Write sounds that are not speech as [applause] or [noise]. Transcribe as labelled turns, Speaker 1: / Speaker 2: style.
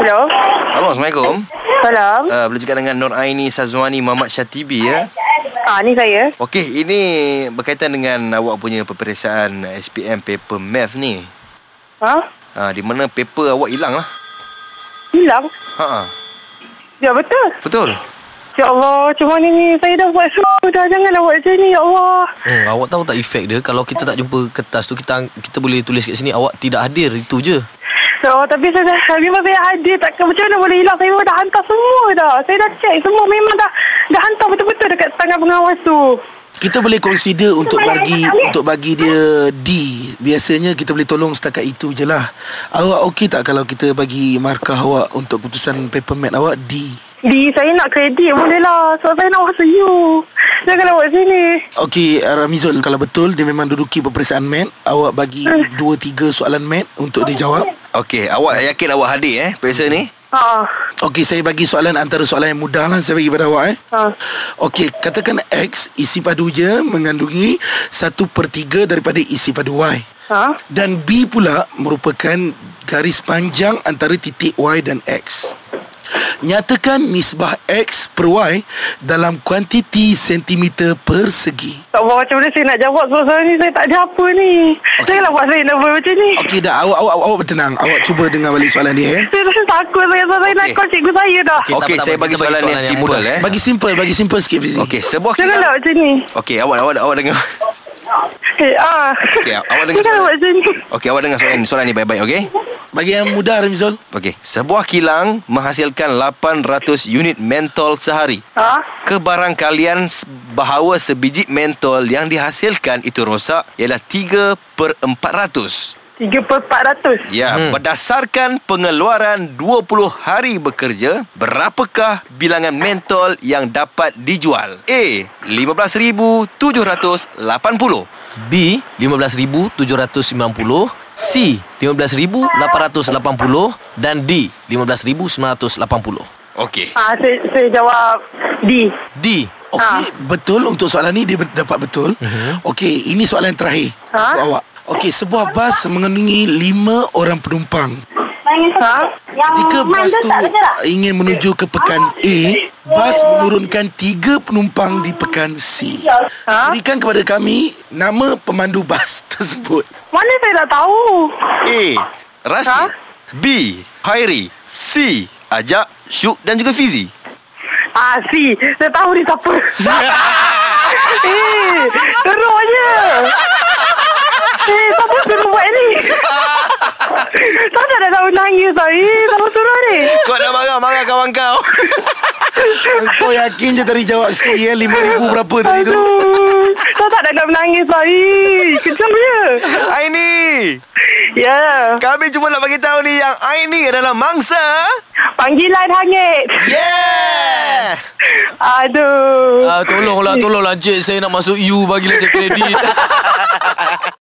Speaker 1: Hello.
Speaker 2: Abang, Assalamualaikum.
Speaker 1: Salam.
Speaker 2: Uh, boleh cakap dengan Nur Aini Sazwani Mamat Syatibi ya.
Speaker 1: Ah, ni saya.
Speaker 2: Okey, ini berkaitan dengan awak punya peperiksaan SPM paper math ni.
Speaker 1: Ha?
Speaker 2: Uh, di mana paper awak hilang lah.
Speaker 1: Hilang?
Speaker 2: Ha, ha.
Speaker 1: Ya, betul.
Speaker 2: Betul.
Speaker 1: Ya Allah, macam mana ni? Saya dah buat semua dah. Janganlah buat macam ni, ya Allah.
Speaker 3: Hmm, awak tahu tak efek dia Kalau kita tak jumpa kertas tu Kita kita boleh tulis kat sini Awak tidak hadir Itu je
Speaker 1: Ya Allah, tapi saya dah... Memang saya ada. Takkan macam mana boleh hilang? Saya memang dah hantar semua dah. Saya dah check semua. Memang dah dah hantar betul-betul dekat tangan pengawas tu.
Speaker 4: Kita boleh consider untuk bagi untuk bagi dia D. Biasanya kita boleh tolong setakat itu je lah. Awak okey tak kalau kita bagi markah awak untuk keputusan paper mat awak D?
Speaker 1: Di, saya nak kredit boleh lah. Sebab saya nak masuk you. Janganlah buat sini.
Speaker 4: Okey uh, Ramizul kalau betul dia memang duduki peperiksaan mat, awak bagi 2 3 soalan mat untuk dia jawab.
Speaker 2: Okey, awak yakin awak hadir eh periksa ni?
Speaker 1: Ha.
Speaker 4: Okey saya bagi soalan antara soalan yang mudah lah saya bagi pada awak eh.
Speaker 1: Ha.
Speaker 4: Okey, katakan X isi padunya mengandungi 1 per 3 daripada isi padu Y.
Speaker 1: Ha?
Speaker 4: Dan B pula merupakan garis panjang antara titik Y dan X. Nyatakan nisbah X per Y dalam kuantiti sentimeter persegi.
Speaker 1: Tak tahu macam mana saya nak jawab sebab saya ni saya tak ada apa ni. Okay. Janganlah buat saya nervous macam ni.
Speaker 4: Okey dah, awak, awak, awak, awak bertenang. Awak cuba dengar balik soalan dia eh.
Speaker 1: Saya rasa takut saya sebab saya nak
Speaker 2: Okey.
Speaker 1: call cikgu saya dah.
Speaker 2: Okey,
Speaker 3: Okey, tak apa, tak
Speaker 2: saya
Speaker 3: apa.
Speaker 2: bagi
Speaker 3: Kita bagi
Speaker 2: soalan yang
Speaker 3: soalan yang
Speaker 2: simple
Speaker 3: mudah.
Speaker 2: eh.
Speaker 4: Bagi simple, bagi simple sikit Fizi.
Speaker 2: Okey, sebuah
Speaker 1: Janganlah
Speaker 2: kitab.
Speaker 1: buat macam ni.
Speaker 2: Okey, awak awak awak dengar.
Speaker 1: Eh, ah.
Speaker 2: Okey, awak dengar
Speaker 1: Janganlah
Speaker 2: soalan.
Speaker 1: buat macam ni.
Speaker 2: Okey, awak dengar soalan soalan ni baik-baik, okey?
Speaker 4: Bagi yang mudah Ramizul.
Speaker 2: Okey, sebuah kilang menghasilkan 800 unit mentol sehari.
Speaker 1: Ha?
Speaker 2: Kebarangkalian s- bahawa sebiji mentol yang dihasilkan itu rosak ialah 3 per 400.
Speaker 1: 3 per 400.
Speaker 2: Ya, hmm. berdasarkan pengeluaran 20 hari bekerja, berapakah bilangan mentol yang dapat dijual? A. 15,780.
Speaker 3: B 15790 C 15880 dan D 15980
Speaker 2: Okey.
Speaker 1: Ha, saya, saya jawab D.
Speaker 3: D
Speaker 4: Okey, betul untuk soalan ni dia bet- dapat betul.
Speaker 2: Mhm.
Speaker 4: Uh-huh. Okey, ini soalan terakhir
Speaker 1: Ha?
Speaker 4: untuk awak. Okey, sebuah bas mengandungi 5 orang penumpang.
Speaker 1: Ha?
Speaker 4: Jika bas tu ingin menuju ke pekan A, bas menurunkan 3 penumpang di pekan C.
Speaker 1: Ha?
Speaker 4: Berikan kepada kami nama pemandu bas [laughs] tersebut.
Speaker 1: Mana saya tak tahu.
Speaker 2: A. Rashid.
Speaker 1: Ha?
Speaker 2: B. Khairi. C. Ajak, Syuk dan juga Fizi.
Speaker 1: Ah, C. Saya tahu ni
Speaker 2: [laughs]
Speaker 1: siapa. eh, teruknya. Eh, siapa suruh buat
Speaker 2: [laughs]
Speaker 1: ni? tak ada dah tahu nangis tau. Eh, siapa suruh ni?
Speaker 2: Kau nak marah-marah kawan kau.
Speaker 4: Kau yakin je tadi jawab C ya? 5,000 berapa tadi tu?
Speaker 1: Aduh. Saya tak ada nak menangis tau. Eh, kejamnya.
Speaker 2: Aini,
Speaker 1: Ya. Yeah.
Speaker 2: kami cuma nak bagi tahu ni yang Aini adalah mangsa.
Speaker 1: Panggilan hangit.
Speaker 4: Ya.
Speaker 2: Yeah!
Speaker 1: Aduh.
Speaker 3: Ah,
Speaker 4: Ah,
Speaker 3: tolonglah, tolonglah Cik Saya nak masuk U Bagilah saya kredit